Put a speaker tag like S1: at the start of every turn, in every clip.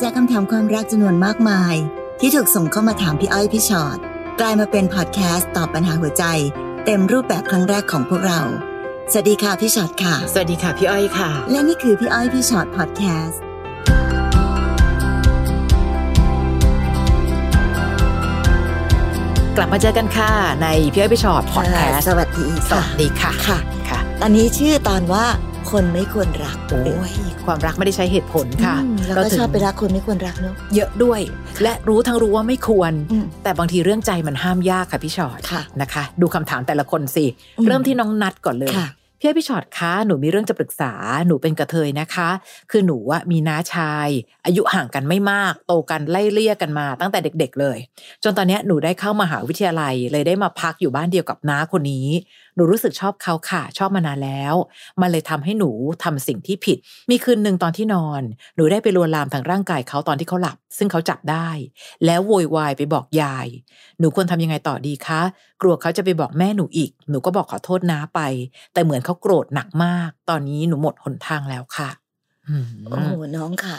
S1: จากคำถามความรักจำนวนมากมาย ที่ถูกส่งเข้ามาถามพี่อ้อยพี่ชอ็อตกลายมาเป็นพอดแคสต์ตอบปัญหาหัวใจ เต็มรูปแบบครั้งแรกของพวกเรา สวัสดีค่ะพี่ชอ็อตค่ะ
S2: สวัสดีค่ะพี่อ้อยค่ะ
S1: และนี่คือพี่อ้อยพี่ชอ็อตพอดแคสต์
S2: กลับมาเจอกันค่ะในพี่อ้อยพี่ชอตพอดแคส
S1: ส
S2: ต์
S1: วัสดี
S2: สวัสดีค่ะ
S1: ค่ะ
S2: ค่ะ
S1: อันนี้ชื่อตอนว่าคนไม่ควรรัก
S2: โอ้ยความรักไม่ได้ใช้เหตุผลค่ะ
S1: อืมเราก็
S2: ถึง
S1: ชอบไปรักคนไม่ควรรักเนอะ
S2: เยอะด้วย และรู้ทั้งรู้ว่าไม่ควร
S1: อืม
S2: แต่บางทีเรื่องใจมันห้ามยากค่ะพี่ชอต
S1: ค่ะ
S2: นะคะ ดูคำถามแต่ละคนสิ
S1: อืม
S2: เริ่มที่น้องนัดก่อนเลย
S1: ค่ะ
S2: พี่อ้อยพี่ชอตคะหนูมีเรื่องจะปรึกษาหนูเป็นกระเทยนะคะ คือหนูว่ามีน้าชาย อายุห่างกันไม่มาก โตกันไล่เลี่ยกันมาตั้งแต่เด็ก ๆ เลย จนตอนเนี้ยหนูได้เข้ามาหาวิทยาลัย เลยได้มาพักอยู่บ้านเดียวกับน้าคนนี้ หนูรู้สึกชอบเขาค่ะ ชอบมานานแล้ว มันเลยทำให้หนูทำสิ่งที่ผิด มีคืนหนึ่งตอนที่นอน หนูได้ไปลวนลามทางร่างกายเขาตอนที่เขาหลับ ซึ่งเขาจับได้ แล้วโวยวายไปบอกยาย หนูควรทำยังไงต่อดีคะ กลัวเขาจะไปบอกแม่หนูอีก หนูก็บอกขอโทษน้าไป แต่เหมือนเขาโกรธหนักมาก ตอนนี้หนูหมดหนทางแล้วค่ะอืม
S1: โอ้โหน้องขา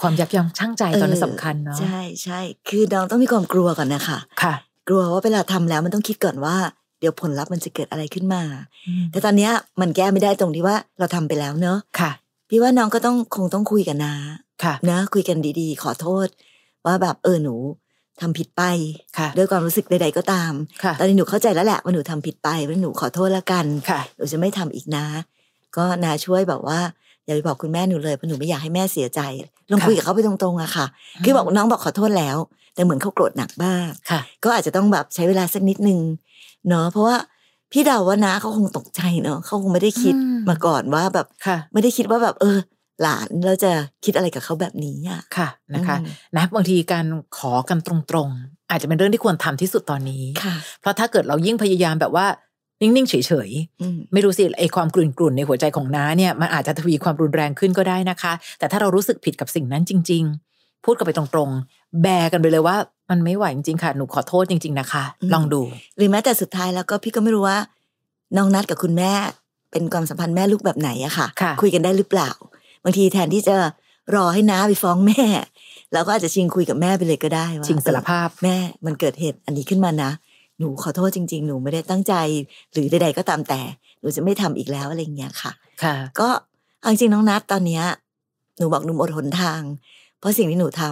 S2: ความยับยั้งชั่งใจตอนนั้น
S1: เ
S2: สำคัญเนาะ
S1: ใช่ใช่คือน้องต้องมีความกลัวก่อนนะคะ
S2: ค่ะ
S1: กลัวว่าเวลาทำแล้วมันต้องคิดก่อนว่า เดี๋ยวผลลัพธ์มันจะเกิดอะไรขึ้นมา แต่ตอนเนี้ยมันแก้ไม่ได้ตรงที่ว่าเราทำไปแล้วเนอะ
S2: ค่ะ
S1: พี่ว่าน้องก็ต้องคงต้องคุยกันนะ
S2: ค่ะ
S1: นะคุยกันดีๆ ขอโทษ ว่าแบบเออหนูทำผิดไป
S2: ค่ะ
S1: ด้วยความรู้สึกใดๆก็ตาม
S2: ค่ะ
S1: ตอนนี้หนูเข้าใจแล้วแหละว่าหนูทำผิดไปว่าหนูขอโทษแล้วกัน
S2: ค่ะ
S1: หนูจะไม่ทำอีกนะ ก็นาช่วยแบบว่าอย่าไปบอกคุณแม่หนูเลยเพราะหนูไม่อยากให้แม่เสียใจลอง
S2: ค่ะ
S1: คุยกับเขาไปตรงๆอะค่ะ คือบอกน้องบอกขอโทษแล้ว แต่เหมือนเขาโกรธหนักมาก
S2: ค่ะ
S1: ก็อาจจะต้องแบบใช้เวลาสักนิดนึงเนาะเพราะว่าพี่เดาว่านาเขาคงตกใจเนาะเขาคงไม่ได้คิด
S2: อืม
S1: มาก่อนว่าแบบ
S2: ค่ะ
S1: ไม่ได้คิดว่าแบบ เออ หลานเราจะคิดอะไรกับเขาแบบนี้อะ
S2: ค่ะ นะคะ
S1: อืม
S2: นะ บางทีการขอกันตรงๆ อาจจะเป็นเรื่องที่ควรทำที่สุดตอนนี้
S1: ค่ะ
S2: เพราะถ้าเกิดเรายิ่งพยายามแบบว่า นิ่ง ๆ เฉย
S1: อืม
S2: ๆ ไม่รู้สิ ไอความกลุ่นกลุ่นๆในหัวใจของน้าเนี่ย มันอาจจะทวีความรุนแรงขึ้นก็ได้นะคะ แต่ถ้าเรารู้สึกผิดกับสิ่งนั้นจริง ๆ พูดกันไปตรงๆ แบร์กันไปเลยว่า มันไม่ไหวจริงๆ ค่ะ หนูขอโทษจริง ๆ นะคะ ลองดู
S1: หรือแม้แต่สุดท้ายแล้วก็พี่ก็ไม่รู้ว่า น้องนัดกับคุณแม่ เป็นความสัมพันธ์แม่ลูกแบบไหนอะค่ะ
S2: ค่ะ
S1: คุยกันได้หรือเปล่า บางทีแทนที่จะรอให้น้าไปฟ้องแม่ เราก็อาจจะชิงคุยกับแม่ไปเลยก็ได้ว่า
S2: ชิงสารภาพ
S1: แม่มันเกิดเหตุอันนี้ขึ้นมานะ หนูขอโทษจริง ๆ หนูไม่ได้ตั้งใจ หรือใด ๆ ก็ตามแต่ หนูจะไม่ทำอีกแล้วอะไรอย่างเงี้ยค่ะ
S2: ค่ะ
S1: ก็เอาจริงๆน้องนัดตอนเนี้ยหนูบอกหนูหมดหนทาง เพราะสิ่งที่หนูท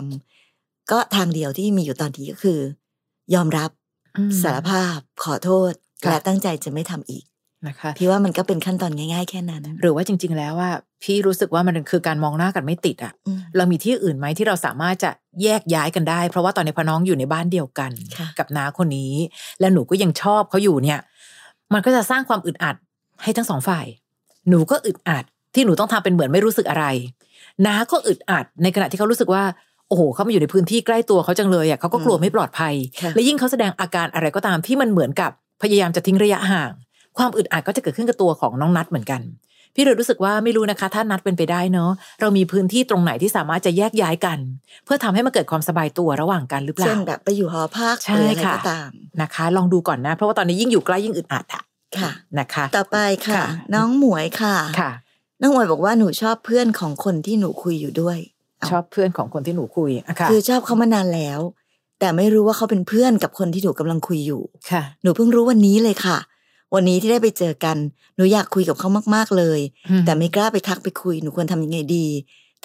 S1: ำก็ทางเดียวที่มีอยู่ตอนนี้ก็คือ ยอมรับ สารภาพขอโทษ
S2: ค่ะ
S1: และตั้งใจจะไม่ทำอีก
S2: นะคะ
S1: พี่ว่ามันก็เป็นขั้นตอนง่ายๆ แค่นั้น
S2: หรือว่าจริง ๆ แล้วว่าพี่รู้สึกว่ามันคือการมองหน้ากันไม่ติดอะ
S1: อืม
S2: เรามีที่อื่นไหมที่เราสามารถจะแยกย้ายกันได้ เพราะว่าตอนนี้พอน้องอยู่ในบ้านเดียวกัน
S1: ค่ะ
S2: กับน้าคนนี้ และหนูก็ยังชอบเขาอยู่เนี่ย มันก็จะสร้างความอึดอัดให้ทั้งสองฝ่าย หนูก็อึดอัดที่หนูต้องทำเป็นเหมือนไม่รู้สึกอะไรน้าก็อึดอัดในขณะที่เขารู้สึกว่าโอ้โหเขามาอยู่ในพื้นที่ใกล้ตัวเขาจังเลยอะเขาก็กลัวไม่ปลอดภัย
S1: ค่ะ
S2: และยิ่งเขาแสดงอาการอะไรก็ตามที่มันเหมือนกับพยายามจะทิ้งระยะห่าง ความอึดอัดก็จะเกิดขึ้นกับตัวของน้องนัดเหมือนกัน พี่เลยรู้สึกว่าไม่รู้นะคะ ถ้านัดเป็นไปได้เนอะเรามีพื้นที่ตรงไหนที่สามารถจะแยกย้ายกัน เพื่อทำให้มันเกิดความสบายตัวระหว่างกันหรือเปล่า
S1: เช่นแบบไปอยู่หอพักห
S2: ใช่
S1: รืออะไร
S2: ค่ะ
S1: ก็ตาม
S2: นะคะ ลองดูก่อนนะ เพราะว่าตอนนี้ยิ่งอยู่ใกล้ยิ่งอึดอัดอะ
S1: ค่ะ
S2: นะคะ
S1: ต่อไปค่ะ
S2: ค่ะ
S1: น้องหมวยค่ะ
S2: ค่ะ
S1: น้องหมวยบอกว่าหนูชอบเพื่อนของคนที่หนูคุยอยู่ด้วย เอา
S2: ชอบเพื่อนของคนที่หนูคุยอะค่ะ
S1: คือชอบเขามานานแล้ว แต่ไม่รู้ว่าเขาเป็นเพื่อนกับคนที่หนูกำลังคุยอยู่
S2: ค่ะ
S1: หนูเพิ่งรู้วันนี้เลยค่ะ วันนี้ที่ได้ไปเจอกันหนูอยากคุยกับเขามากๆเลย แต่ไม่กล้าไปทักไปคุยหนูควรทำยังไงดี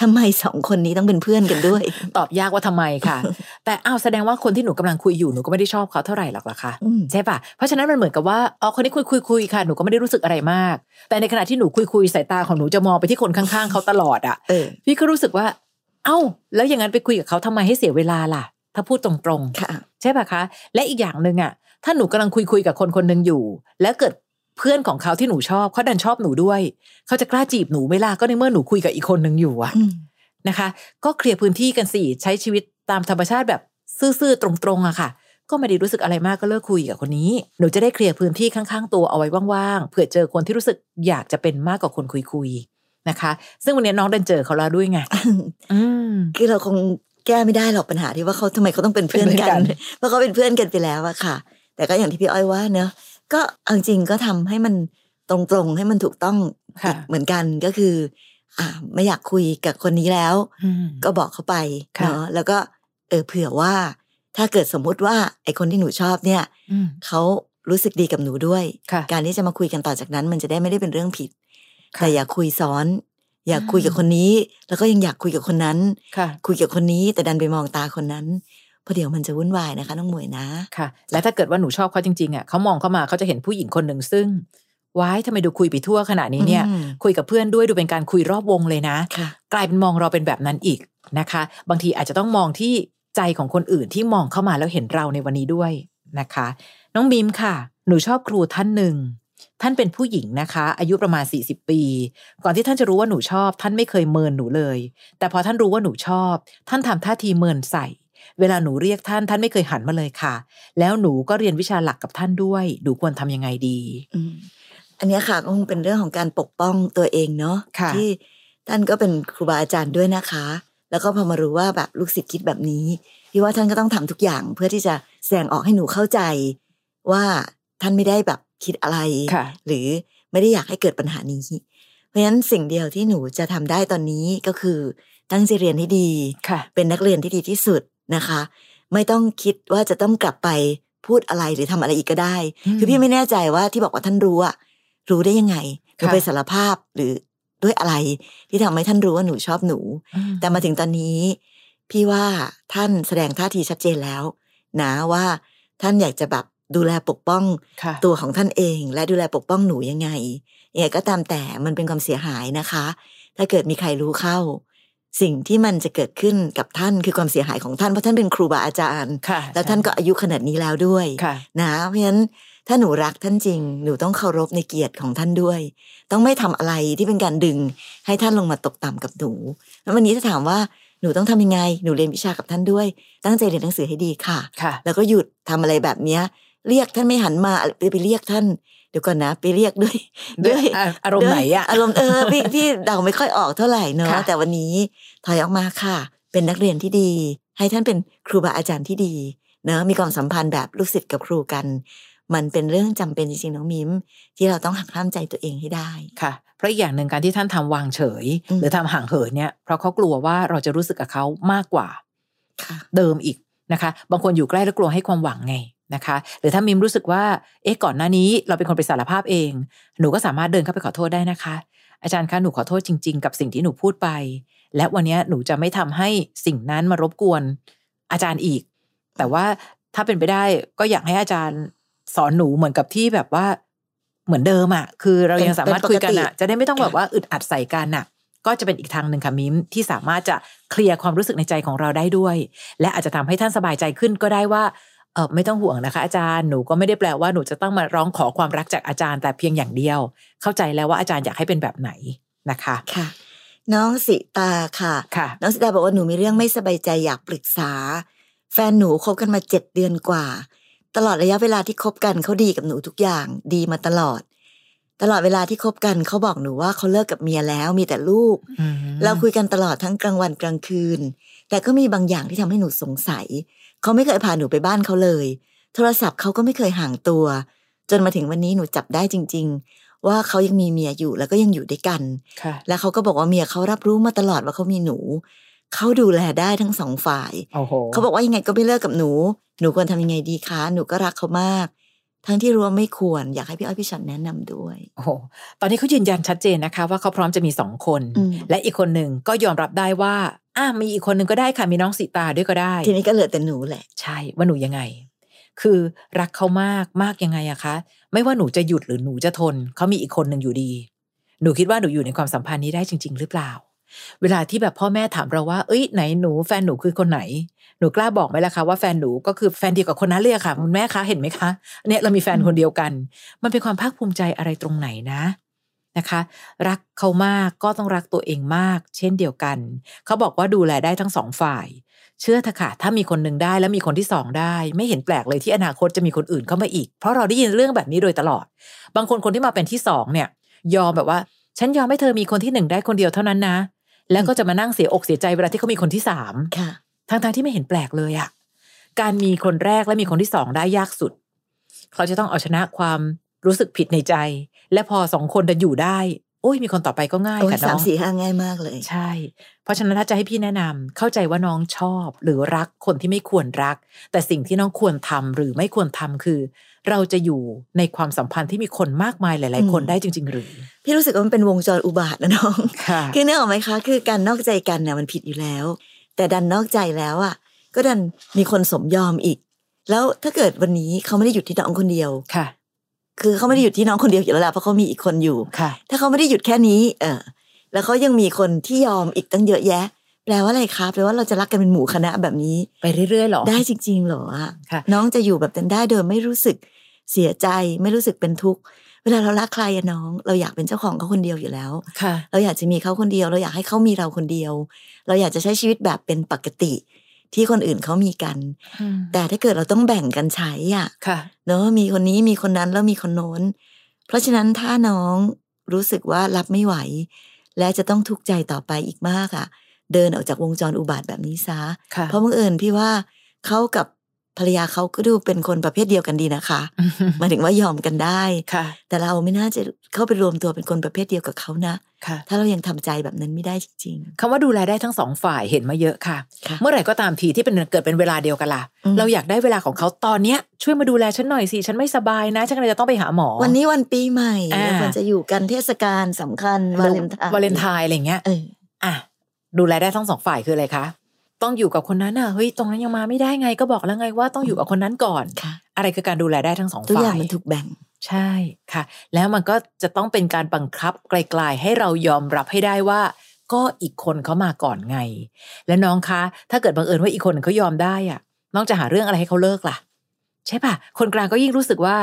S1: ทำไมสองคนนี้ต้องเป็นเพื่อนกัน ด้วย
S2: ตอบยากว่าทำไมค่ะ แต่อ้าวแสดงว่าคนที่หนูกำลังคุยอยู่หนูก็ไม่ได้ชอบเขาเท่าไหร่หรอกล่ะค่ะ
S1: อืม
S2: ใช่ป่ะ เพราะฉะนั้นมันเหมือนกับว่า อ๋อ คนนี้คุยคุยคุยค่ะ หนูก็ไม่ได้รู้สึกอะไรมาก แต่ในขณะที่หนูคุยคุยสายตาของหนูจะมองไปที่คนข้างๆเขาตลอดอะ
S1: เออ
S2: พี่ก็รู้สึกว่า เอ้า แล้วอย่างนั้นไปคุยกับเขาทำไมให้เสียเวลาล่ะ ถ้าพูดตรงๆ
S1: ค่ะ
S2: ใช่ป่ะคะ และอีกอย่างหนึ่งอะถ้าหนูกำลังคุยคุยๆกับคนคนหนึ่งอยู่ แล้วเกิดเพื่อนของเขาที่หนูชอบเขาดันชอบหนูด้วย เขาจะกล้าจีบหนูไหม่ล่ะก็ในเมื่อหนูคุยกับอีกคนหนึ่งอยู่อะ
S1: อืม
S2: นะคะ ก็เคลียร์พื้นที่กันสิใช้ชีวิตตามธรรมชาติแบบซื่อๆตรงๆอะค่ะ ก็ไม่ได้รู้สึกอะไรมากก็เลิกคุยกับคนนี้ หนูจะได้เคลียร์พื้นที่ข้างๆ ตัวเอาไว้ว่างๆเผื่อเจอคนที่รู้สึกอยากจะเป็นมากกว่าคนคุยๆนะคะ ซึ่งวันนี้น้องดันเจอเขาแล้วด้วย ไงอืม
S1: คือเราคงแก้ไม่ได้หรอกปัญหาที่ว่าเขาทำไมเขาต้องเป็นเพื่อน
S2: เป็นเพื่
S1: กั
S2: อนกัน น
S1: เพราะเขาเป็นเพื่อนกันไปแล้วอะค่ะ แต่ก็อย่างที่พี่อ้อยว่าเนอะก็เอาจริงก็ทำให้มันตรงๆให้มันถูกต้อง
S2: ค่ะ
S1: เหมือนกันก็คือ อ่าไม่อยากคุยกับคนนี้แล้ว
S2: อืม
S1: ก็บอกเขาไป
S2: ค่ะ
S1: เนาะแล้วก็เออเผื่อว่า ถ้าเกิดสมมุติว่าไอคนที่หนูชอบเนี่ย
S2: อืม
S1: เขารู้สึกดีกับหนูด้วย
S2: ค่ะ
S1: การที่จะมาคุยกันต่อจากนั้น มันจะได้ไม่ได้เป็นเรื่องผิด
S2: ค่ะ
S1: แต่อย่าคุยซ้อน อย่าคุยกับ
S2: อืม
S1: คนนี้ แล้วก็ยังอยากคุยกับคนนั้น
S2: ค่ะ
S1: คุยกับคนนี้แต่ดันไปมองตาคนนั้นเพราะเดี๋ยวมันจะวุ่นวายนะคะน้องหมวยนะ
S2: ค่ะ และถ้าเกิดว่าหนูชอบเขาจริงๆอ่ะเขามองเข้ามาเขาจะเห็นผู้หญิงคนหนึ่งซึ่งว้ายทำไมดูคุยไปทั่วขนาดนี้เนี่ย
S1: อืม
S2: คุยกับเพื่อนด้วยดูเป็นการคุยรอบวงเลยนะ
S1: ค่ะ
S2: กลายเป็นมองเราเป็นแบบนั้นอีกนะคะ บางทีอาจจะต้องมองที่ใจของคนอื่นที่มองเข้ามาแล้วเห็นเราในวันนี้ด้วยนะคะ น้องบีมค่ะ หนูชอบครูท่านหนึ่ง ท่านเป็นผู้หญิงนะคะ อายุประมาณ 40 ปี ก่อนที่ท่านจะรู้ว่าหนูชอบ ท่านไม่เคยเมินหนูเลย แต่พอท่านรู้ว่าหนูชอบ ท่านทำท่าทีเมินใส่ เวลาหนูเรียกท่านท่านไม่เคยหันมาเลยค่ะ แล้วหนูก็เรียนวิชาหลักกับท่านด้วยหนูควรทำยังไงดี
S1: อืมอันเนี้ยค่ะก็คงเป็นเรื่องของการปกป้องตัวเองเนาะ
S2: ค่ะ
S1: ที่ท่านก็เป็นครูบาอาจารย์ด้วยนะคะ แล้วก็พอมารู้ว่าแบบลูกศิษย์คิดแบบนี้พี่ว่าท่านก็ต้องทำทุกอย่าง เพื่อที่จะแสดงออกให้หนูเข้าใจ ว่าท่านไม่ได้แบบคิดอะไร
S2: ค่ะ
S1: หรือไม่ได้อยากให้เกิดปัญหานี้ เพราะฉะนั้นสิ่งเดียวที่หนูจะทำได้ตอนนี้ก็คือตั้งใจเรียนให้ดี
S2: ค่ะ
S1: เป็นนักเรียนที่ดีที่สุดนะคะ ไม่ต้องคิดว่าจะต้องกลับไปพูดอะไรหรือทำอะไรอีกก็ได้
S2: อืม
S1: คือพี่ไม่แน่ใจว่าที่บอกว่าท่านรู้อะรู้ได้ยังไงหรือ
S2: ค่ะ
S1: ไปสารภาพหรือด้วยอะไร ที่ทำให้ท่านรู้ว่าหนูชอบหนู แต่มาถึงตอนนี้ พี่ว่าท่านแสดงท่าทีชัดเจนแล้ว นะว่าท่านอยากจะแบบดูแลปกป้อง
S2: ค่ะ
S1: ตัวของท่านเองและดูแลปกป้องหนูยังไงยังไงก็ตามแต่มันเป็นความเสียหายนะคะ ถ้าเกิดมีใครรู้เข้า สิ่งที่มันจะเกิดขึ้นกับท่านคือความเสียหายของท่านเพราะท่านเป็นครูบาอาจารย์
S2: ค่ะ
S1: แล้วท่านก็อายุขนาดนี้แล้วด้วย
S2: ค่ะ
S1: นะเพราะฉะนั้นถ้าหนูรักท่านจริง หนูต้องเคารพในเกียรติของท่านด้วย ต้องไม่ทำอะไรที่เป็นการดึง ให้ท่านลงมาตกต่ำกับหนู แล้ววันนี้ถ้าถามว่าหนูต้องทำยังไงหนูเรียนวิชากับท่านด้วย ตั้งใจเรียนหนังสือให้ดีค่ะ
S2: ค่ะ
S1: แล้วก็หยุดทำอะไรแบบเนี้ย เรียกท่านไม่หันมาอะไรไปไปเรียกท่าน เดี๋ยวก่อนนะ ไปเรียกด้วย
S2: ด้วยอ่ะอารมณ์ไหนอะ
S1: ด้วยอารมณ์เออพี่พี่เดาไม่ค่อยออกเท่าไหร่เนอะ
S2: ค่ะ
S1: แต่วันนี้ถอยออกมาค่ะ เป็นนักเรียนที่ดี ให้ท่านเป็นครูบาอาจารย์ที่ดีเนอะมีความสัมพันธ์แบบลูกศิษย์กับครูกัน มันเป็นเรื่องจำเป็นจริงๆน้องมิมที่เราต้องหักห้ามใจตัวเองให้ได้
S2: ค่ะ เพราะอีกอย่างหนึ่งการที่ท่านทำวางเฉย
S1: อืม
S2: หรือทำห่างเหินเนี่ยเพราะเขากลัวว่าเราจะรู้สึกกับเขามากกว่า
S1: ค่ะ
S2: เดิมอีกนะคะ บางคนอยู่ใกล้แล้วกลัวให้ความหวังไงนะคะ หรือถ้ามิมรู้สึกว่า เอ๊ะก่อนหน้านี้เราเป็นคนไปสารภาพเอง หนูก็สามารถเดินเข้าไปขอโทษได้นะคะ อาจารย์คะหนูขอโทษจริง ๆ กับสิ่งที่หนูพูดไป และวันเนี้ยหนูจะไม่ทำให้สิ่งนั้นมารบกวน อาจารย์อีก แต่ว่าถ้าเป็นไปได้ก็อยากให้อาจารย์สอนหนูเหมือนกับที่แบบว่าเหมือนเดิมอะคือเรายังสามารถคุยกันอะจะได้ไม่ต้องแบบว่าอึดอัดใส่กันอะก็จะเป็นอีกทางหนึ่งค่ะมิมที่สามารถจะเคลียร์ความรู้สึกในใจของเราได้ด้วย และอาจจะทำให้ท่านสบายใจขึ้นก็ได้ว่าเออไม่ต้องห่วงนะคะ อาจารย์หนูก็ไม่ได้แปลว่าหนูจะต้องมาร้องขอความรักจากอาจารย์แต่เพียงอย่างเดียว เข้าใจแล้วว่าอาจารย์อยากให้เป็นแบบไหนนะคะ
S1: ค่ะ น้องสิตาค่ะ
S2: ค่ะ
S1: น้องสิตาบอกว่าหนูมีเรื่องไม่สบายใจอยากปรึกษา แฟนหนูคบกันมาเจ็ดเดือนกว่า ตลอดระยะเวลาที่คบกันเขาดีกับหนูทุกอย่างดีมาตลอด ตลอดเวลาที่คบกันเขาบอกหนูว่าเขาเลิกกับเมียแล้วมีแต่ลูก
S2: อืม
S1: เราคุยกันตลอดทั้งกลางวันกลางคืน แต่ก็มีบางอย่างที่ทำให้หนูสงสัย เขาไม่เคยพาหนูไปบ้านเขาเลย โทรศัพท์เขาก็ไม่เคยห่างตัว จนมาถึงวันนี้หนูจับได้จริง ๆ ว่าเขายังมีเมียอยู่แล้วก็ยังอยู่ด้วยกัน
S2: ค่ะ
S1: แล้วเขาก็บอกว่าเมียเขารับรู้มาตลอดว่าเขามีหนู เขาดูแลได้ทั้งสองฝ่าย
S2: โอ้โห
S1: เขาบอกว่ายังไงก็ไม่เลิกกับหนู หนูควรทำยังไงดีคะ หนูก็รักเขามาก ทั้งที่รู้ว่าไม่ควร อยากให้พี่อ้อยพี่ชันแนะนำด้วย
S2: โอ้โหตอนนี้เขายืนยันชัดเจนนะคะ ว่าเขาพร้อมจะมีสองคน
S1: อืม
S2: และอีกคนหนึ่งก็ยอมรับได้ว่าอ่ะมีอีกคนหนึ่งก็ได้ค่ะมีน้องสีตาด้วยก็ได้
S1: ทีนี้ก็เหลือแต่หนูแหละ
S2: ใช่ ว่าหนูยังไง คือรักเขามากมากยังไงอะคะ ไม่ว่าหนูจะหยุดหรือหนูจะทนเขามีอีกคนหนึ่งอยู่ดี หนูคิดว่าหนูอยู่ในความสัมพันธ์นี้ได้จริง ๆ หรือเปล่า เวลาที่แบบพ่อแม่ถามเราว่า เอ้ยไหนหนูแฟนหนูคือคนไหน หนูกล้าบอกไหมล่ะคะว่าแฟนหนูก็คือแฟนเดียวกับคนนั้นเลยอะค่ะคุณแม่คะเห็นไหมคะเนี่ยเรามีแฟนคนเดียวกัน มันเป็นความภาคภูมิใจอะไรตรงไหนนะนะคะ รักเขามากก็ต้องรักตัวเองมาก เช่นเดียวกัน เขาบอกว่าดูแลได้ทั้งสองฝ่าย เชื่อเถอะค่ะ ถ้ามีคนหนึ่งได้แล้วมีคนที่สองได้ ไม่เห็นแปลกเลยที่อนาคตจะมีคนอื่นเข้ามาอีก เพราะเราได้ยินเรื่องแบบนี้โดยตลอด บางคนคนที่มาเป็นที่สองเนี่ย ยอมแบบว่า ฉันยอมให้เธอมีคนที่หนึ่งได้คนเดียวเท่านั้นนะ แล้วก็จะมานั่งเสียอกเสียใจเวลาที่เขามีคนที่สาม
S1: ค่ะ
S2: ทั้งๆที่ไม่เห็นแปลกเลยอะการมีคนแรกและมีคนที่สองได้ยากสุด เขาจะต้องเอาชนะความรู้สึกผิดในใจ และพอสองคนดันอยู่ได้ โอ้ยมีคนต่อไปก็ง่าย
S1: โอ้ย
S2: ค่ะ
S1: สา
S2: น้อ
S1: ม
S2: ง
S1: สี่ห้าง่ายมากเลย
S2: ใช่ เพราะฉะนั้นถ้าจะให้พี่แนะนำเข้าใจว่าน้องชอบ หรือรักคนที่ไม่ควรรัก แต่สิ่งที่น้องควรทำหรือไม่ควรทำคือ เราจะอยู่ในความสัมพันธ์ที่มีคนมากมายหลาย ๆ คน
S1: อืม
S2: ได้จริง ๆ หรือ
S1: พี่รู้สึกว่ามันเป็นวงจรอุบาทนะ น้อง
S2: ค่ะ
S1: คือเนื้อออกไหมคะ คือการนอกใจกันน่ะมันผิดอยู่แล้ว แต่ดันนอกใจแล้วอ่ะ ก็ดันมีคนสมยอมอีก แล้วถ้าเกิดวันนี้เขาไม่ได้หยุดที่น้องคนเดียว
S2: ค่ะ
S1: คือเขาไม่ได้หยุดที่น้องคนเดียวอยู่แล้วล่ะเพราะเขามีอีกคนอยู่
S2: ค่ะ
S1: ถ้าเขาไม่ได้หยุดแค่นี้ เออ แล้วเขายังมีคนที่ยอมอีกตั้งเยอะแยะ แปลว่าอะไรคะแปลว่าเราจะรักกันเป็นหมู่คณะแบบนี้
S2: ไปเรื่อย ๆ หรอ
S1: ได้จริง ๆเหรออะ
S2: ค่ะ
S1: น้องจะอยู่แบบนั้นได้โดยไม่รู้สึกเสียใจ ไม่รู้สึกเป็นทุกข์ เวลาเรารักใครอะน้อง เราอยากเป็นเจ้าของเขาคนเดียวอยู่แล้ว
S2: ค่ะ
S1: เราอยากจะมีเขาคนเดียว เราอยากให้เขามีเราคนเดียว เราอยากจะใช้ชีวิตแบบเป็นปกติ ที่คนอื่นเขามีกัน แต่ถ้าเกิดเราต้องแบ่งกันใช้อ่ะ
S2: ค่ะ
S1: เนอะมีคนนี้มีคนนั้นแล้วมีคนโน้น เพราะฉะนั้นถ้าน้องรู้สึกว่ารับไม่ไหว และจะต้องทุกข์ใจต่อไปอีกมากอะ่ะ เดินออกจากวงจรอุบาทแบบนี้ซะ
S2: ค่ะ
S1: เพราะบังเอิญพี่ว่าเขากับภรรยาเขาก็ดูเป็นคนประเภทเดียวกันดีนะคะ
S2: อืม
S1: หมายถึงว่ายอมกันได้
S2: ค่ะ
S1: แต่เราไม่น่าจะเข้าไปรวมตัวเป็นคนประเภทเดียวกับเขานะ
S2: ค่ะ
S1: ถ้าเรายังทำใจแบบนั้นไม่ได้จริง
S2: คำว่าดูแลได้ทั้งสองฝ่ายเห็นมาเยอะค่ะ
S1: ค่ะ
S2: เมื่อไหร่ก็ตามทีที่เป็นเกิดเป็นเวลาเดียวกันล่ะ
S1: อืม
S2: เราอยากได้เวลาของเขาตอนเนี้ยช่วยมาดูแลฉันหน่อยสิ ฉันไม่สบายนะ ฉันกำลังจะต้องไปหาหมอ
S1: ๆ วันนี้วันปีใหม่
S2: อ่า
S1: เราควรจะอยู่กันเทศกาลสำคัญวาเลนไทน์
S2: วาเลนไทน์อะไรอย่างเงี้ย
S1: เออ
S2: อ่ะดูแลได้ทั้งสองฝ่ายคืออะไรคะ ต้องอยู่กับคนนั้นอ่ะเฮ้ยตรงนั้นยังมาไม่ได้ไงก็บอกแล้วไงว่าต้องอยู่กับคนนั้นก่อน
S1: ค่ะ
S2: อะไรคือการดูแลได้ทั้งสอง
S1: ทุก
S2: ฝ่าย
S1: อย่างมันถูกแบ่ง
S2: ใช่ค่ะ แล้วมันก็จะต้องเป็นการบังคับไกลๆให้เรายอมรับให้ได้ว่า ก็อีกคนเขามาก่อนไง และน้องคะ ถ้าเกิดบังเอิญว่าอีกคนหนึ่งเขายอมได้อ่ะ น้องจะหาเรื่องอะไรให้เขาเลิกล่ะ ใช่ปะคนกลางก็ยิ่งรู้สึกว่า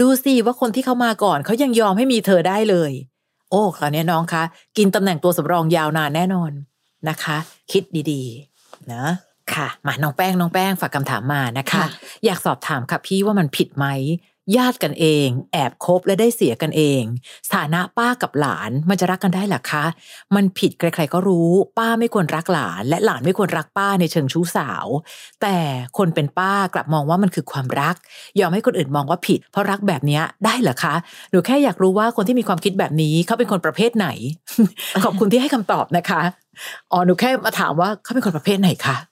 S2: ดูสิว่าคนที่เขามาก่อนเขายังยอมให้มีเธอได้เลย โอ้คราวนี้น้องคะกินตำแหน่งตัวสำรองยาวนานแน่นอนนะคะ คิดดีๆนะค่ะ มาน้องแป้งน้องแป้งฝากคำถามมานะคะ
S1: ค่ะ
S2: อยากสอบถามค่ะพี่ว่ามันผิดไหมญาติกันเอง แอบคบและได้เสียกันเองฐานะป้ากับหลานมันจะรักกันได้เหรอคะ มันผิดใครๆก็รู้ ป้าไม่ควรรักหลาน และหลานไม่ควรรักป้าในเชิงชู้สาว แต่คนเป็นป้ากลับมองว่ามันคือความรัก ยอมให้คนอื่นมองว่าผิด เพราะรักแบบเนี้ยได้เหรอคะ หนูแค่อยากรู้ว่าคนที่มีความคิดแบบนี้เขาเป็นคนประเภทไหน ขอบคุณที่ให้คำตอบนะคะ อ๋อหนูแค่มาถามว่าเขาเป็นคนประเภทไหนคะ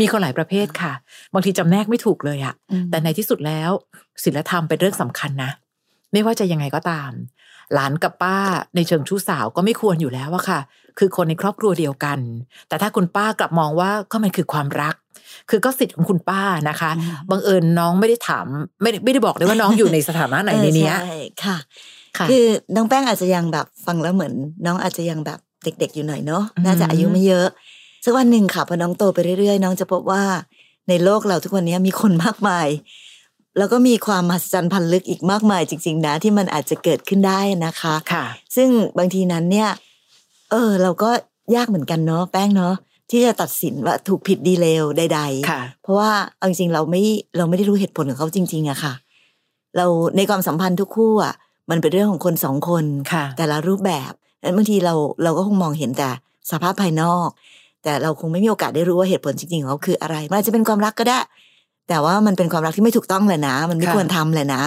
S2: มีคนหลายประเภทค่ะ บางทีจำแนกไม่ถูกเลยอะ แต่ในที่สุดแล้วศีลธรรมเป็นเรื่องสำคัญนะ ไม่ว่าจะยังไงก็ตาม หลานกับป้าในเชิงชู้สาวก็ไม่ควรอยู่แล้วอะค่ะ คือคนในครอบครัวเดียวกัน แต่ถ้าคุณป้ากลับมองว่าก็มันคือความรัก คือก็สิทธิ์ของคุณป้านะคะ
S1: อืม
S2: บังเอิญน้องไม่ได้ถามไม่ได้ไม่ได้บอกเลยว่าน้องอยู่ในสถานะไหนในเนี้ย
S1: เออใช่ค่ะ
S2: ค่ะ
S1: คือน้องแป้งอาจจะยังแบบฟังแล้วเหมือน น้องอาจจะยังแบบเด็ก ๆ อยู่หน่อยเนาะ
S2: อืม
S1: น่าจะอายุไม่เยอะสักวันหนึ่งค่ะพอน้องโตไปเรื่อยๆ น้องจะพบว่าในโลกเราทุกวันนี้มีคนมากมาย แล้วก็มีความมหัศจรรย์พันลึกอีกมากมายจริง ๆ นะ ที่มันอาจจะเกิดขึ้นได้นะคะ
S2: ค่ะ
S1: ซึ่งบางทีนั้นเนี่ย เออ เราก็ยากเหมือนกันเนาะแป้งเนาะที่จะตัดสินว่าถูกผิดดีเลวใด ๆ
S2: ค่ะ
S1: เพราะว่าเอาจริงๆเราไม่เราไม่ได้รู้เหตุผลของเขาจริงๆอะค่ะ เราในความสัมพันธ์ทุกคู่อะมันเป็นเรื่องของคนสองคน
S2: ค่ะ
S1: แต่ละรูปแบบแล้วบางทีเราเราก็คงมองเห็นแต่สภาพภายนอก แต่เราคงไม่มีโอกาสได้รู้ว่าเหตุผลจริงๆของเขาคืออะไรมันอาจจะเป็นความรักก็ได้ แต่ว่ามันเป็นความรักที่ไม่ถูกต้องแหละนะ มันไม่
S2: ค่ะ
S1: ควรทำแหละนะ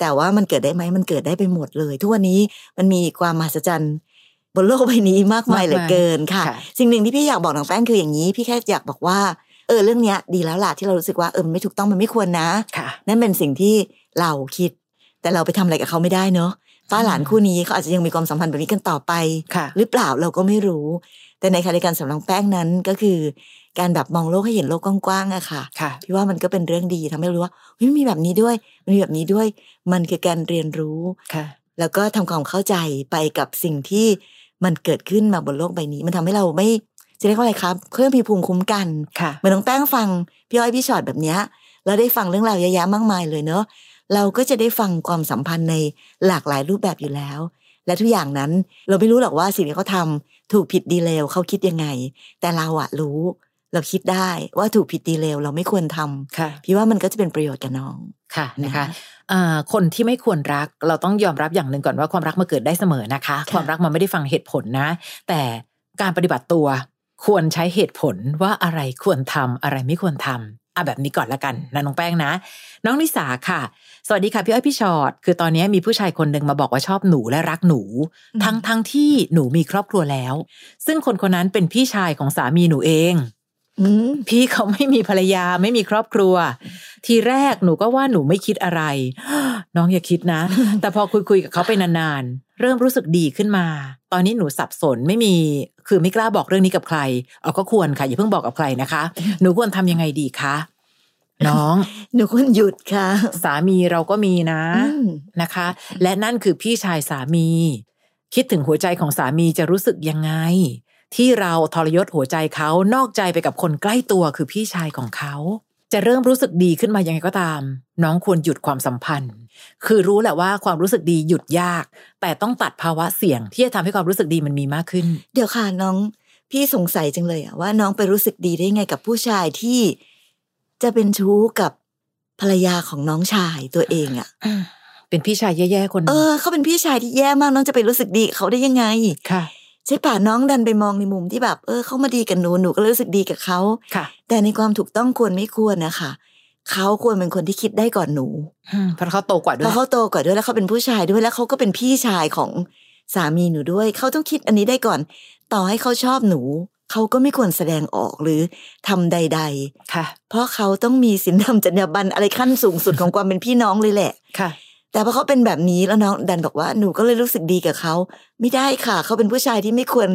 S1: แต่ว่ามันเกิดได้ไหมมันเกิดได้ไปหมดเลย ทุกวันนี้มันมีความมหัศจรรย์บนโลกใบนี้มากมายเหลือเกินค่ะ
S2: ค่ะ
S1: สิ่งหนึ่งที่พี่อยากบอกน้องแป้งคืออย่างนี้ พี่แค่อยากบอกว่า เออเรื่องเนี้ย ดีแล้วล่ะที่เรารู้สึกว่าเออมันไม่ถูกต้องมันไม่ควรนะ
S2: ค่ะ
S1: นั่นเป็นสิ่งที่เราคิด แต่เราไปทำอะไรกับเขาไม่ได้เนาะป้าหลานคู่นี้เขาอาจจะยังมีความสัมพันธ์แบบนี้กันต่อไป
S2: ค่ะ
S1: หรือเปล่าเราก็ไม่รู้ แต่ในขณะเดียวกันสำหรับน้องแป้งนั้นก็คือ การแบบมองโลกให้เห็นโลกกว้างๆอะค่ะ
S2: ค่ะ
S1: พี่ว่ามันก็เป็นเรื่องดีทำให้รู้ว่าเฮ้ยมันมีแบบนี้ด้วยมันมีแบบนี้ด้วย มันคือการเรียนรู้
S2: ค่ะ
S1: แล้วก็ทำความเข้าใจไปกับสิ่งที่มันเกิดขึ้นมาบนโลกใบนี้ มันทำให้เราไม่จะเรียกว่าอะไรครับเพื่อมีภูมิคุ้มกัน
S2: ค่ะ
S1: เหมือนน้องแป้งฟังพี่อ้อยพี่ชอตแบบเนี้ยเราได้ฟังเรื่องราวเยอะแยะมากมายเลยเนอะเราก็จะได้ฟังความสัมพันธ์ในหลากหลายรูปแบบอยู่แล้ว และทุกอย่างนั้นเราไม่รู้หรอกว่าสิ่งที่เขาทำถูกผิดดีเลวเขาคิดยังไง แต่เราอะรู้ เราคิดได้ว่าถูกผิดดีเลวเราไม่ควรทำ
S2: ค่ะ
S1: พี่ว่ามันก็จะเป็นประโยชน์กับน้อง
S2: ค่ะนะคะ
S1: นะ
S2: เอ่อคนที่ไม่ควรรักเราต้องยอมรับอย่างหนึ่งก่อนว่าความรักมันเกิดได้เสมอนะคะ
S1: ค่ะ
S2: ความรักมันไม่ได้ฟังเหตุผลนะ แต่การปฏิบัติตัวควรใช้เหตุผลว่าอะไรควรทำอะไรไม่ควรทำ อ่ะแบบนี้ก่อนละกันนะน้องแป้งนะ น้องนิสาค่ะ สวัสดีค่ะพี่อ้อยพี่ชอ็อตคือตอนนี้มีผู้ชายคนหนึ่งมาบอกว่าชอบหนูและรักหนู
S1: อืม
S2: ทั้งทั้งที่หนูมีครอบครัวแล้ว ซึ่งคนคนนั้นเป็นพี่ชายของสามีหนูเอง
S1: อืม
S2: พี่เขาไม่มีภรรยาไม่มีครอบครัว ทีแรกหนูก็ว่าหนูไม่คิดอะไร น้องอย่าคิดนะ แต่พอคุยคุยๆกับเขาไปนานๆ เริ่มรู้สึกดีขึ้นมา ตอนนี้หนูสับสนไม่มีคือไม่กล้าบอกเรื่องนี้กับใครเอาก็ควรค่ะอย่าเพิ่งบอกกับใครนะคะ หนูควรทำยังไงดีคะน้อง
S1: หนูควรหยุดค่ะ
S2: สามีเราก็มีนะ
S1: อืม
S2: นะคะ และนั่นคือพี่ชายสามี คิดถึงหัวใจของสามีจะรู้สึกยังไง ที่เราทรยศหัวใจเขานอกใจไปกับคนใกล้ตัวคือพี่ชายของเขา จะเริ่มรู้สึกดีขึ้นมายังไงก็ตาม น้องควรหยุดความสัมพันธ์ คือรู้แหละว่าความรู้สึกดีหยุดยาก แต่ต้องตัดภาวะเสี่ยง ที่จะทำให้ความรู้สึกดีมันมีมากขึ้น
S1: เดี๋ยวค่ะน้องพี่สงสัยจังเลยอะว่าน้องไปรู้สึกดีได้ไงกับผู้ชายที่จะเป็นชู้กับภรรยาของน้องชายตัวเองอะ
S2: เป็นพี่ชายแย่ๆคนห
S1: เอ
S2: นึง
S1: อเขาเป็นพี่ชายที่แย่มากน้องจะไปรู้สึกดีกับเขาได้ยังไง
S2: ค่ะ
S1: ใช่ป่ะน้องดันไปมองในมุมที่แบบ เออเขามาดีกับหนูหนูก็เลยรู้สึกดีกับเขา
S2: ค่ะ
S1: แต่ในความถูกต้องควรไม่ควรนะคะเขาควรเป็นคนที่คิดได้ก่อนหนู
S2: อืมเพราะเขาโตกว่าด้
S1: เพ
S2: วย
S1: ราะเขาโตกว่าด้วยแล้วเขาเป็นผู้ชายด้วยแล้วเขาก็เป็นพี่ชายของสามีหนูด้วยเขาต้องคิดอันนี้ได้ก่อน ต่อให้เขาชอบหนูเขาก็ไม่ควรแสดงออกหรือทำใด
S2: ค่ะ
S1: ๆ เพราะเขาต้องมีศีลธรรมจรรยาบรรณอะไรขั้นสูงสุดของความเป็นพี่น้องเลยแหละ
S2: ค่ะ
S1: แต่พอเขาเป็นแบบนี้แล้วน้องดันบอกว่าหนูก็เลยรู้สึกดีกับเขาไม่ได้ค่ะ เขาเป็นผู้ชายที่ไม่ควร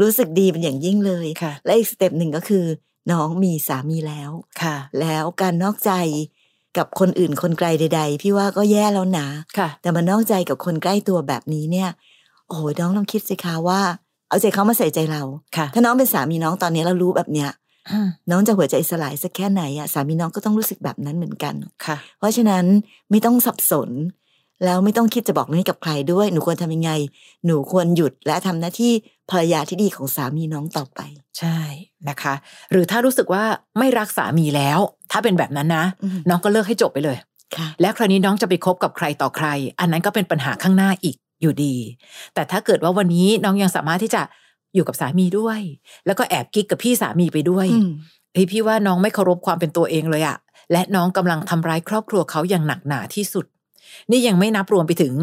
S1: รู้สึกดีเป็นอย่างยิ่งเลย
S2: ค่ะ
S1: และอีกสเต็ปหนึ่งก็คือ น้องมีสามีแล้ว
S2: ค่ะ
S1: แล้วการนอกใจกับคนอื่นคนไกลใด ๆ พี่ว่าก็แย่แล้วนะ
S2: ค่ะ
S1: แต่มานอกใจกับคนใกล้ตัวแบบนี้เนี่ย โอ้โหน้องลองคิดสิคะว่า เอาใจเขามาใส่ใจเรา
S2: ค่ะ
S1: ถ้าน้องเป็นสามีน้องตอนนี้เรารู้แบบเนี้ย
S2: อืม
S1: น้องจะหัวใจสลายสักแค่ไหนอะสามีน้องก็ต้องรู้สึกแบบนั้นเหมือนกัน
S2: ค่ะ
S1: เพราะฉะนั้นไม่ต้องสับสน แล้วไม่ต้องคิดจะบอกเรื่องนี้กับใครด้วย หนูควรทำยังไง หนูควรหยุดและทำหน้าที่ภรรยาที่ดีของสามีน้องต่อไป
S2: ใช่นะคะ หรือถ้ารู้สึกว่าไม่รักสามีแล้ว ถ้าเป็นแบบนั้นนะ
S1: อืม
S2: น้องก็เลิกให้จบไปเลย
S1: ค่ะ
S2: แล้วคราวนี้น้องจะไปคบกับใครต่อใคร อันนั้นก็เป็นปัญหาข้างหน้าอีกอยู่ดี แต่ถ้าเกิดว่าวันนี้น้องยังสามารถที่จะอยู่กับสามีด้วย แล้วก็แอบกิ๊กกับพี่สามีไปด้วย
S1: อืม
S2: เฮ้ยพี่ว่าน้องไม่เคารพความเป็นตัวเองเลยอะและน้องกำลังทำร้ายครอบครัวเขาอย่างหนักหนาที่สุด นี่ยังไม่นับรวมไปถึง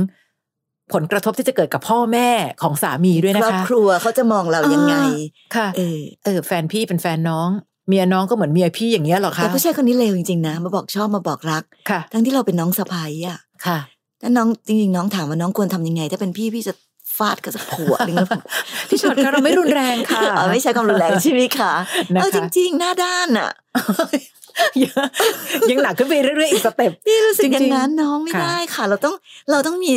S2: ผลกระทบที่จะเกิดกับพ่อแม่ของสามีด้วยนะ
S1: ครอบ
S2: คะ
S1: ครัวเขาจะมองเรายังไง
S2: ค่ะ
S1: เออ
S2: เออแฟนพี่เป็นแฟนน้อง เมียน้องก็เหมือนเมียพี่อย่างเงี้ยเหรอคะ
S1: แต่ผู้ชายคนนี้เลวจริงๆนะมาบอกชอบมาบอกรัก
S2: ค่ะ
S1: ทั้งที่เราเป็นน้องสะพ้ายอะ
S2: ค่ะ
S1: ถ้าน้องจริงๆน้องถามว่าน้องควรทำยังไง ถ้าเป็นพี่พี่จะฟาดกับสักผัวหนึ่งแล้ว
S2: พี่ชอตคะเราไม่รุนแรงค่ะ
S1: อ๋อไม่ใช่ความรุนแรงใช่ไหมคะ
S2: นะ
S1: เอาจ
S2: คะ
S1: ริง ๆ หน้าด้านอะ
S2: ยังยังหนักขึ้นไปเรื่อยๆอีกสเต็ป
S1: พี่รู้สึก
S2: จริงๆ
S1: อย่างนั้นน้องไม่
S2: ค่ะ
S1: ได้ค่ะ เราต้องเราต้องมี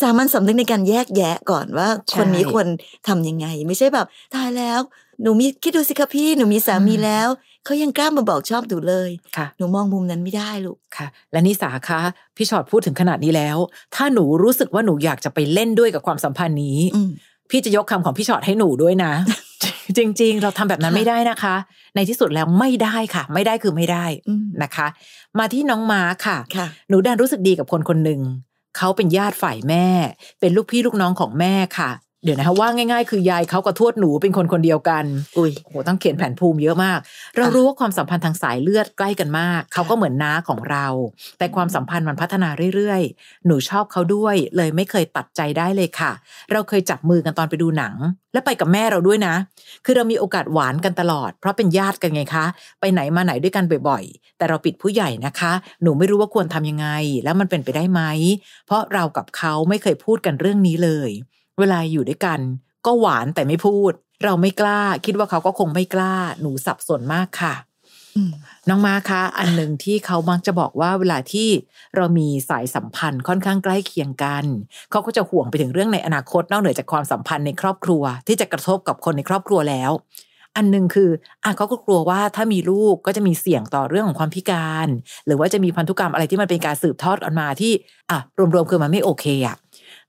S1: สามัญสำนึกในการแยกแยะก่อนว่า
S2: ใช่
S1: คนนี้ควรทำยังไง ไม่ใช่แบบตายแล้ว หนูมีคิดดูสิคะพี่หนูมีสามี
S2: อืม
S1: แล้วเขายังกล้ามาบอกชอบหนูเลย
S2: ค่ะ
S1: หนูมองมุมนั้นไม่ได้ลูก
S2: ค่ะ และนิสาคะพี่ชอตพูดถึงขนาดนี้แล้ว ถ้าหนูรู้สึกว่าหนูอยากจะไปเล่นด้วยกับความสัมพันธ์นี้
S1: อืม
S2: พี่จะยกคำของพี่ชอตให้หนูด้วย นะ จริง ๆ เราทำแบบนั้น
S1: ค่ะ
S2: ไม่ได้นะคะ ในที่สุดแล้วไม่ได้ค่ะ ไม่ได้คือไม่ได้
S1: อืม
S2: นะคะ มาที่น้องมาค่ะ
S1: ค่ะ
S2: หนูดันรู้สึกดีกับคนคนหนึ่ง เขาเป็นญาติฝ่ายแม่ เป็นลูกพี่ลูกน้องของแม่ค่ะ เดี๋ยวนะคะว่าง่ายๆ คือยายเขากับทวดหนูเป็นคนคนเดียวกัน
S1: อุ้ย
S2: โอ้โหต้องเขียนแผนภูมิเยอะมาก เรา
S1: ค่ะ
S2: รู้ว่าความสัมพันธ์ทางสายเลือดใกล้กันมาก เขาก็เหมือนน้าของเรา แต่ความสัมพันธ์มันพัฒนาเรื่อยๆ หนูชอบเขาด้วย เลยไม่เคยตัดใจได้เลยค่ะ เราเคยจับมือกันตอนไปดูหนัง และไปกับแม่เราด้วยนะ คือเรามีโอกาสหวานกันตลอด เพราะเป็นญาติกันไงคะ ไปไหนมาไหนด้วยกันบ่อยๆ แต่เราปิดผู้ใหญ่นะคะ หนูไม่รู้ว่าควรทำยังไง แล้วมันเป็นไปได้ไหม เพราะเรากับเขาไม่เคยพูดกันเรื่องนี้เลย เวลาอยู่ด้วยกัน ก็หวานแต่ไม่พูด เราไม่กล้า คิดว่าเขาก็คงไม่กล้า หนูสับสนมากค่ะ
S1: อืม
S2: น้องมาคะอันหนึ่งที่เขามักจะบอกว่าเวลาที่เรามีสายสัมพันธ์ค่อนข้างใกล้เคียงกัน เขาก็จะห่วงไปถึงเรื่องในอนาคตนอกเหนือจากความสัมพันธ์ในครอบครัว ที่จะกระทบกับคนในครอบครัวแล้ว อันหนึ่งคืออ่ะเขาก็กลัวว่าถ้ามีลูกก็จะมีเสี่ยงต่อเรื่องของความพิการ หรือว่าจะมีพันธุกรรมอะไรที่มันเป็นการสืบทอดกันมาที่อ่ะรวมๆคือมันไม่โอเคอะ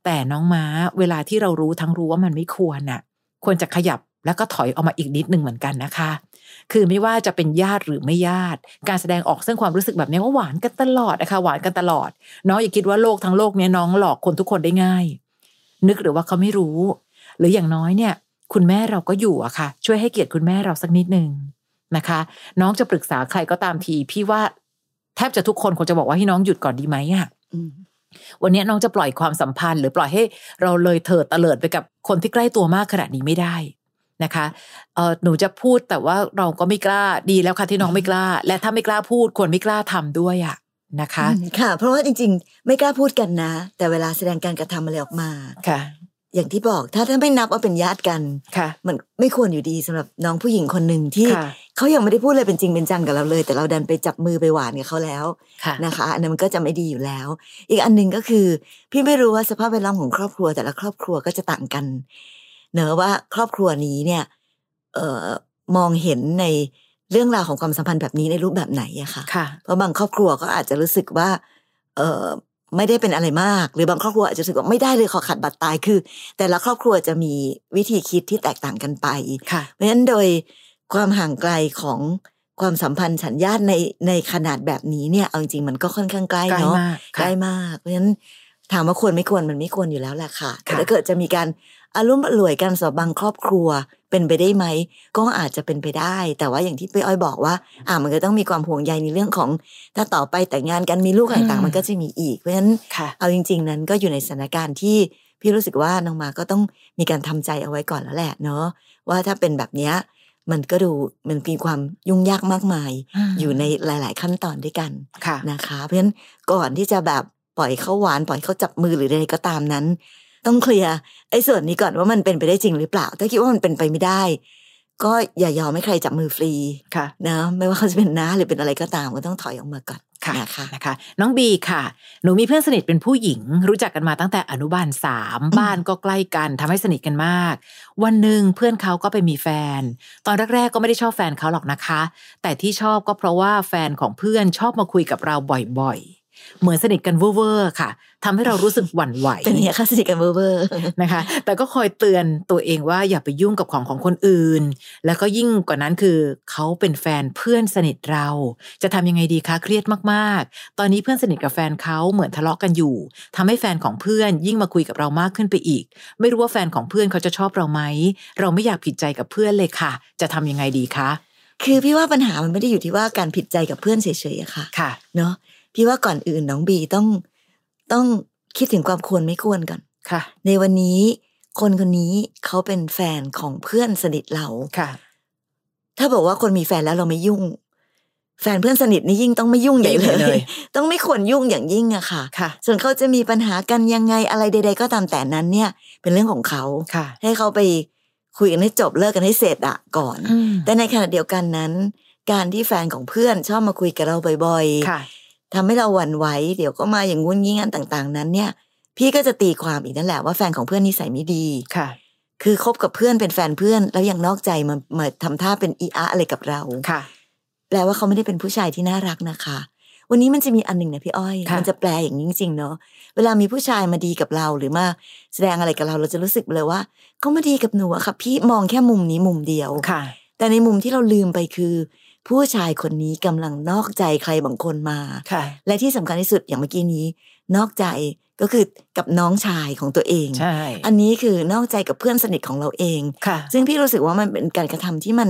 S2: แต่น้องม้าเวลาที่เรารู้ทั้งรู้ว่ามันไม่ควรน่ะ ควรจะขยับแล้วก็ถอยออกมาอีกนิดนึงเหมือนกันนะคะ คือไม่ว่าจะเป็นญาติหรือไม่ญาติ การแสดงออกซึ่งความรู้สึกแบบนี้ก็หวานกันตลอดนะคะหวานกันตลอด น้องอย่าคิดว่าโลกทั้งโลกเนี้ยน้องหลอกคนทุกคนได้ง่าย นึกหรือว่าเขาไม่รู้ หรืออย่างน้อยเนี่ย คุณแม่เราก็อยู่อะค่ะ ช่วยให้เกียรติคุณแม่เราสักนิดนึง นะคะ น้องจะปรึกษาใครก็ตามที พี่ว่าแทบจะทุกคนคงจะบอกว่าให้น้องหยุดก่อนดีไหมอะ
S1: อืม
S2: วันนี้น้องจะปล่อยความสัมพันธ์ หรือปล่อยให้เราเลยเถิดเตลิดไปกับคนที่ใกล้ตัวมากขนาดนี้ไม่ได้นะคะเออหนูจะพูดแต่ว่าเราก็ไม่กล้าดีแล้วค่ะที่น้องไม่กล้า และถ้าไม่กล้าพูดควรไม่กล้าทำด้วยอะนะคะ
S1: ค่ะ เพราะว่าจริง ๆ ไม่กล้าพูดกันนะ แต่เวลาแสดงการกระทำอะไรออกมา
S2: ค่ะ
S1: อย่างที่บอกถ้าถ้าไม่นับว่าเป็นญาติกัน
S2: ค่ะ
S1: มันไม่ควรอยู่ดีสำหรับน้องผู้หญิงคนหนึ่งที่
S2: ค่ะ
S1: เขายังไม่ได้พูดเลยเป็นจริงเป็นจังกับเราเลย แต่เราดันไปจับมือไปหวานกับเขาแล้ว
S2: ค่ะ
S1: นะคะอันนั้นมันก็จะไม่ดีอยู่แล้ว อีกอันหนึ่งก็คือ พี่ไม่รู้ว่าสภาพแวดล้อมของครอบครัว แต่ละครอบครัวก็จะต่างกัน เนอะว่าครอบครัวนี้เนี่ยเอ่อมองเห็นในเรื่องราวของความสัมพันธ์แบบนี้ในรูปแบบไหนอะค่ะ
S2: ค่ะ
S1: เพราะบางครอบครัวก็อาจจะรู้สึกว่า เออไม่ได้เป็นอะไรมาก หรือบางครอบครัวอาจจะรู้สึกว่าไม่ได้เลยขอขัดบัตรตายคือ แต่ละครอบครัวจะมีวิธีคิดที่แตกต่างกันไป
S2: ค่ะ
S1: เพราะฉะนั้นโดยความห่างไกลของความสัมพันธ์ฉันญาติในในขนาดแบบนี้เนี่ยเอาจริงๆมันก็ค่อนข้างใกล้
S2: ใกล้
S1: เนาะ
S2: มาก
S1: ใก
S2: ค่ะ
S1: ล้มากเพราะฉะนั้นถามว่าควรไม่ควรมันไม่ควรอยู่แล้วแหละค่ะแต่
S2: ค่ะ
S1: ถ้าเกิดจะมีการอารมณ์อร่วยกันสำหรับบางครอบครัวเป็นไปได้ไหมก็อาจจะเป็นไปได้ แต่ว่าอย่างที่ไปอ้อยบอกว่า อ่ามันก็ต้องมีความห่วงใยในเรื่องของ ถ้าต่อไปแต่งงานกันมีลูกอะไรต่างๆมันก็จะมีอีกเพราะฉะนั้น
S2: ค่ะ
S1: เอาจริง ๆ นั้นก็อยู่ในสถานการณ์ที่พี่รู้สึกว่าน้องมาก็ต้องมีการทำใจเอาไว้ก่อนแล้วแหละเนาะว่าถ้าเป็นแบบเนี้ยมันก็ดูมันมีความยุ่งยากมากมาย อยู่ในหลาย ๆ ขั้นตอนด้วยกัน
S2: ค่ะ
S1: นะคะ เพราะฉะนั้นก่อนที่จะแบบปล่อยเข้าหวานปล่อยเข้าจับมือหรือใดๆก็ตามนั้น ต้องเคลียร์ไอ้ส่วนนี้ก่อนว่ามันเป็นไปได้จริงหรือเปล่า ถ้าคิดว่ามันเป็นไปไม่ได้ ก็อย่ายอมให้ใครจับมือฟรี
S2: ค่ะ
S1: นะไม่ว่าเขาจะเป็นน้าหรือเป็นอะไรก็ตามก็ต้องถอยออกมาก่อน
S2: ค่ะ
S1: นะคะ
S2: นะคะ น้องบีค่ะ หนูมีเพื่อนสนิทเป็นผู้หญิง รู้จักกันมาตั้งแต่อนุบาลสามบ้านก็ใกล้กันทำให้สนิทกันมาก วันหนึ่งเพื่อนเขาก็ไปมีแฟน ตอนแรกๆก็ไม่ได้ชอบแฟนเขาหรอกนะคะ แต่ที่ชอบก็เพราะว่าแฟนของเพื่อนชอบมาคุยกับเราบ่อยๆ เหมือนสนิทกันเวอร์ๆค่ะทำให้เรารู้สึกหวั่นไหว
S1: เป็นอย่างเงี้ยค่ะสนิทกันเบอร์เบอร์
S2: นะคะ แต่ก็คอยเตือนตัวเองว่าอย่าไปยุ่งกับของของคนอื่น แล้วก็ยิ่งกว่านั้นคือเขาเป็นแฟนเพื่อนสนิทเรา จะทำยังไงดีคะเครียดมากๆ ตอนนี้เพื่อนสนิทกับแฟนเขาเหมือนทะเลาะกันอยู่ทำให้แฟนของเพื่อนยิ่งมาคุยกับเรามากขึ้นไปอีก ไม่รู้ว่าแฟนของเพื่อนเขาจะชอบเราไหม เราไม่อยากผิดใจกับเพื่อนเลยค่ะ จะทำยังไงดีคะ
S1: คือพี่ว่าปัญหามันไม่ได้อยู่ที่ว่าการผิดใจกับเพื่อนเฉยๆอะค่ะ
S2: ค่ะ
S1: เนาะพี่ว่าก่อนอื่นน้องบีต้องต้องคิดถึงความควรไม่ควรก่อน
S2: ค่ะ
S1: ในวันนี้ คนคนนี้เขาเป็นแฟนของเพื่อนสนิทเรา
S2: ค่ะ
S1: ถ้าบอกว่าคนมีแฟนแล้วเราไม่ยุ่ง แฟนเพื่อนสนิทนี่ยิ่งต้องไม่ยุ่งใหญ่
S2: ไม่ยุ่งใหญ่
S1: เล
S2: เลย ย
S1: ต้องไม่ควรยุ่งอย่างยิ่งอะค่ะ
S2: ค่ะ
S1: ส่วนเขาจะมีปัญหากันยังไงอะไรใด ๆ ก็ตามแต่นั้นเนี่ย เป็นเรื่องของเขา
S2: ค่ะ
S1: ให้เขาไปคุยกันให้จบเลิกกันให้เสร็จอะก่อน แต่ในขณะเดียวกันนั้น การที่แฟนของเพื่อนชอบมาคุยกับเราบ่อย
S2: ค่ะ
S1: ๆทำให้เราหวั่นไหวเดี๋ยวก็มาอย่างงุ้นงี้งันต่าง ๆ นั้นเนี่ย พี่ก็จะตีความอีกนั่นแหละว่าแฟนของเพื่อนนิสัยไม่ดี
S2: ค่ะ
S1: คือคบกับเพื่อนเป็นแฟนเพื่อน แล้วยังนอกใจมามาทำท่าเป็นอีอะอะไรกับเรา
S2: ค่ะ
S1: แปลว่าเขาไม่ได้เป็นผู้ชายที่น่ารักนะคะ วันนี้มันจะมีอันหนึ่งนะพี่อ้อย
S2: ค่ะ
S1: มัจะแปลอย่างนี้จริงๆเนาะ เวลามีผู้ชายมาดีกับเราหรือมาแสดงอะไรกับเราเราจะรู้สึกเลยว่าเขามาดีกับหนูอะค่ะ พี่มองแค่มุมนี้มุมเดียว
S2: ค่ะ
S1: แต่ในมุมที่เราลืมไปคือ ผู้ชายคนนี้กำลังนอกใจใครบางคนมา
S2: ค่ะ
S1: และที่สำคัญที่สุดอย่างเมื่อกี้นี้ นอกใจก็คือกับน้องชายของตัวเอง
S2: ใช่
S1: อันนี้คือนอกใจกับเพื่อนสนิทของเราเอง
S2: ค่ะ
S1: ซึ่งพี่รู้สึกว่ามันเป็นการกระทำที่มัน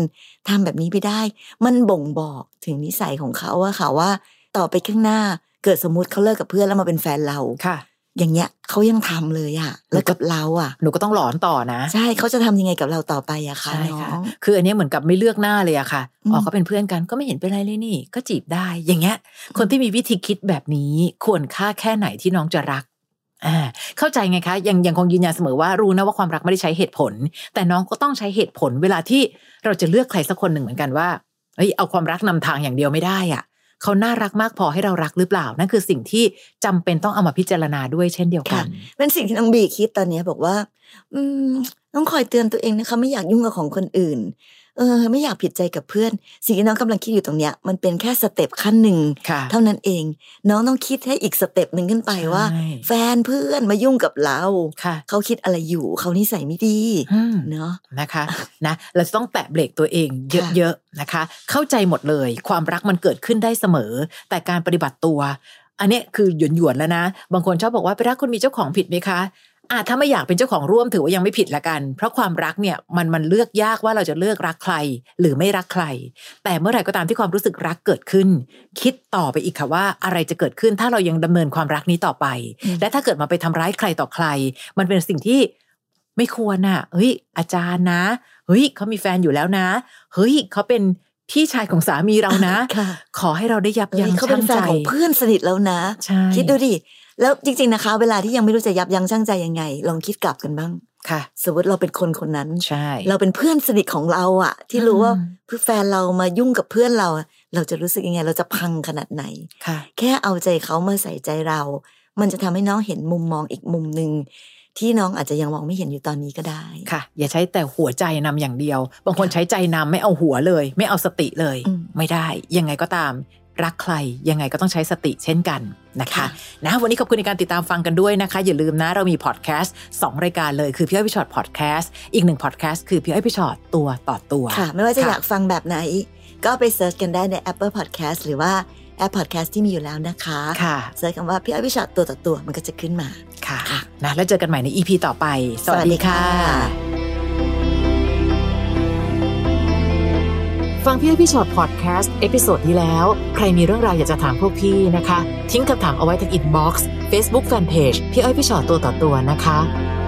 S1: ทำแบบนี้ไม่ได้ มันบ่งบอกถึงนิสัยของเขาว่าค่ะว่าต่อไปข้างหน้าเกิดสมมติเขาเลิกกับเพื่อนแล้วมาเป็นแฟนเรา
S2: ค่ะ
S1: อย่างเงี้ยเขายังทำเลยอะแล้วกับเราอะ
S2: หนูก็ต้องหลอนต่อนะ
S1: ใช่เขาจะทำยังไงกับเราต่อไปอะคะ
S2: ใช่
S1: น้อ
S2: ค่ะ
S1: ง
S2: คืออันเนี้ยเหมือนกับไม่เลือกหน้าเลยอะค่ะ
S1: อืม
S2: อ๋อก็เป็นเพื่อนกันก็ไม่เห็นเป็นไรเลยนี่ ก็จีบได้ อย่างเงี้ย คนที่มีวิธีคิดแบบนี้ควรค่าแค่ไหนที่น้องจะรัก อ่า เข้าใจไงคะ ยังยังคงยืนยันเสมอว่ารู้นะว่าความรักไม่ได้ใช้เหตุผล แต่น้องก็ต้องใช้เหตุผลเวลาที่เราจะเลือกใครสักคนหนึ่งเหมือนกันว่า เฮ้ย เอาความรักนำทางอย่างเดียวไม่ได้อะเขาน่ารักมากพอให้เรารักหรือเปล่า นั่นคือสิ่งที่จำเป็นต้องเอามาพิจารณาด้วยเช่นเดียวกัน
S1: เป็นสิ่งที่น้องบีคิดตอนเนี้ยบอกว่า อืมต้องคอยเตือนตัวเองนะคะไม่อยากยุ่งกับของคนอื่น เออ ไม่อยากผิดใจกับเพื่อน สิ่งที่น้องกำลังคิดอยู่ตรงเนี้ยมันเป็นแค่สเต็ปขั้นหนึ่ง
S2: ค่ะ
S1: เท่านั้นเอง น้องต้องคิดให้อีกสเต็ปหนึ่งขึ้นไปว่า
S2: ใช่
S1: แฟนเพื่อนมายุ่งกับเรา
S2: ค่ะ
S1: เขาคิดอะไรอยู่เขานิสัยไม่ดี
S2: อืม
S1: เนาะ
S2: นะคะนะเราจะต้องแตะเบรกตัวเองเยอะๆนะคะ เข้าใจหมดเลย ความรักมันเกิดขึ้นได้เสมอ แต่การปฏิบัติตัว อันเนี้ยคือหยวนๆแล้วนะ บางคนชอบบอกว่าไปรักคนมีเจ้าของผิดไหมคะ อ่ะถ้าไม่อยากเป็นเจ้าของร่วมถือว่ายังไม่ผิดละกัน เพราะความรักเนี่ยมันมันเลือกยากว่าเราจะเลือกรักใคร หรือไม่รักใคร แต่เมื่อไหร่ก็ตามที่ความรู้สึกรักเกิดขึ้น คิดต่อไปอีกค่ะว่าอะไรจะเกิดขึ้นถ้าเรายังดำเนินความรักนี้ต่อไป
S1: อืม
S2: และถ้าเกิดมาไปทำร้ายใครต่อใคร มันเป็นสิ่งที่ไม่ควรน่ะเฮ้ย อาจารย์นะ เฮ้ยเขามีแฟนอยู่แล้วนะ เฮ้ยเขาเป็นพี่ชายของสามีเรานะ
S1: ค่ะ
S2: ขอให้เราได้ยับ
S1: เฮ้
S2: ยั้
S1: ย
S2: ง
S1: เขาเป็
S2: ชั่
S1: น
S2: ง
S1: แฟ
S2: ใจ
S1: นของเพื่อนสนิทแล้วนะ
S2: ใช่
S1: คิดดูดิ แล้วจริง ๆนะคะ เวลาที่ยังไม่รู้จะยับยั้งชั่งใจยังไง ลองคิดกลับกันบ้าง
S2: ค่ะ
S1: สมมติเราเป็นคนคนนั้น
S2: ใช่
S1: เราเป็นเพื่อนสนิทของเราอะที่รู้ว่าเพื่อนแฟนเรามายุ่งกับเพื่อนเราอะเราจะรู้สึกยังไง เราจะพังขนาดไหน
S2: ค่ะ
S1: แค่เอาใจเขามาใส่ใจเรา มันจะทำให้น้องเห็นมุมมองอีกมุมหนึ่งที่น้องอาจจะยังมองไม่เห็นอยู่ตอนนี้ก็ได้
S2: ค่ะ อย่าใช้แต่หัวใจนำอย่างเดียว บางคนใช้ใจนำไม่เอาหัวเลย ไม่เอาสติเลย
S1: อืม
S2: ไม่ได้ ยังไงก็ตาม รักใคร ยังไงก็ต้องใช้สติเช่นกันนะคะ
S1: ค่ะ
S2: นะวันนี้ขอบคุณในการติดตามฟังกันด้วยนะคะ อย่าลืมนะ เรามีพอดแคสต์สองรายการเลยคือพี่อ้อยพี่ชอตพอดแคสต์อีกหนึ่งพอดแคสต์คือพี่อ้อยพี่ชอตตัวต่อตัว
S1: ค่ะ ไม่ว่าจะ
S2: ค่ะ
S1: อยากฟังแบบไหน ก็ไปเซิร์ชกันได้ใน Apple Podcast หรือว่าแอป Podcast ที่มีอยู่แล้วนะคะ
S2: ค่ะ
S1: เซิร์ชคำว่าพี่อ้อยพี่ชอตตัวต่อตัวมันก็จะขึ้นมา
S2: ค่ะ
S1: ค่ะ
S2: นะแล้วเจอกันใหม่ใน EP ต่อไป สวัสดีค่ะ ฟังพี่อ้อยพี่ชอตพอดแคสต์เอพิโซดนี้แล้ว ใครมีเรื่องราวอยากจะถามพวกพี่นะคะ ทิ้งคำถามเอาไว้ทางอินบ็อกซ์เฟซบุ๊กแฟนเพจพี่อ้อยพี่ชอตตัวต่อตัวนะคะ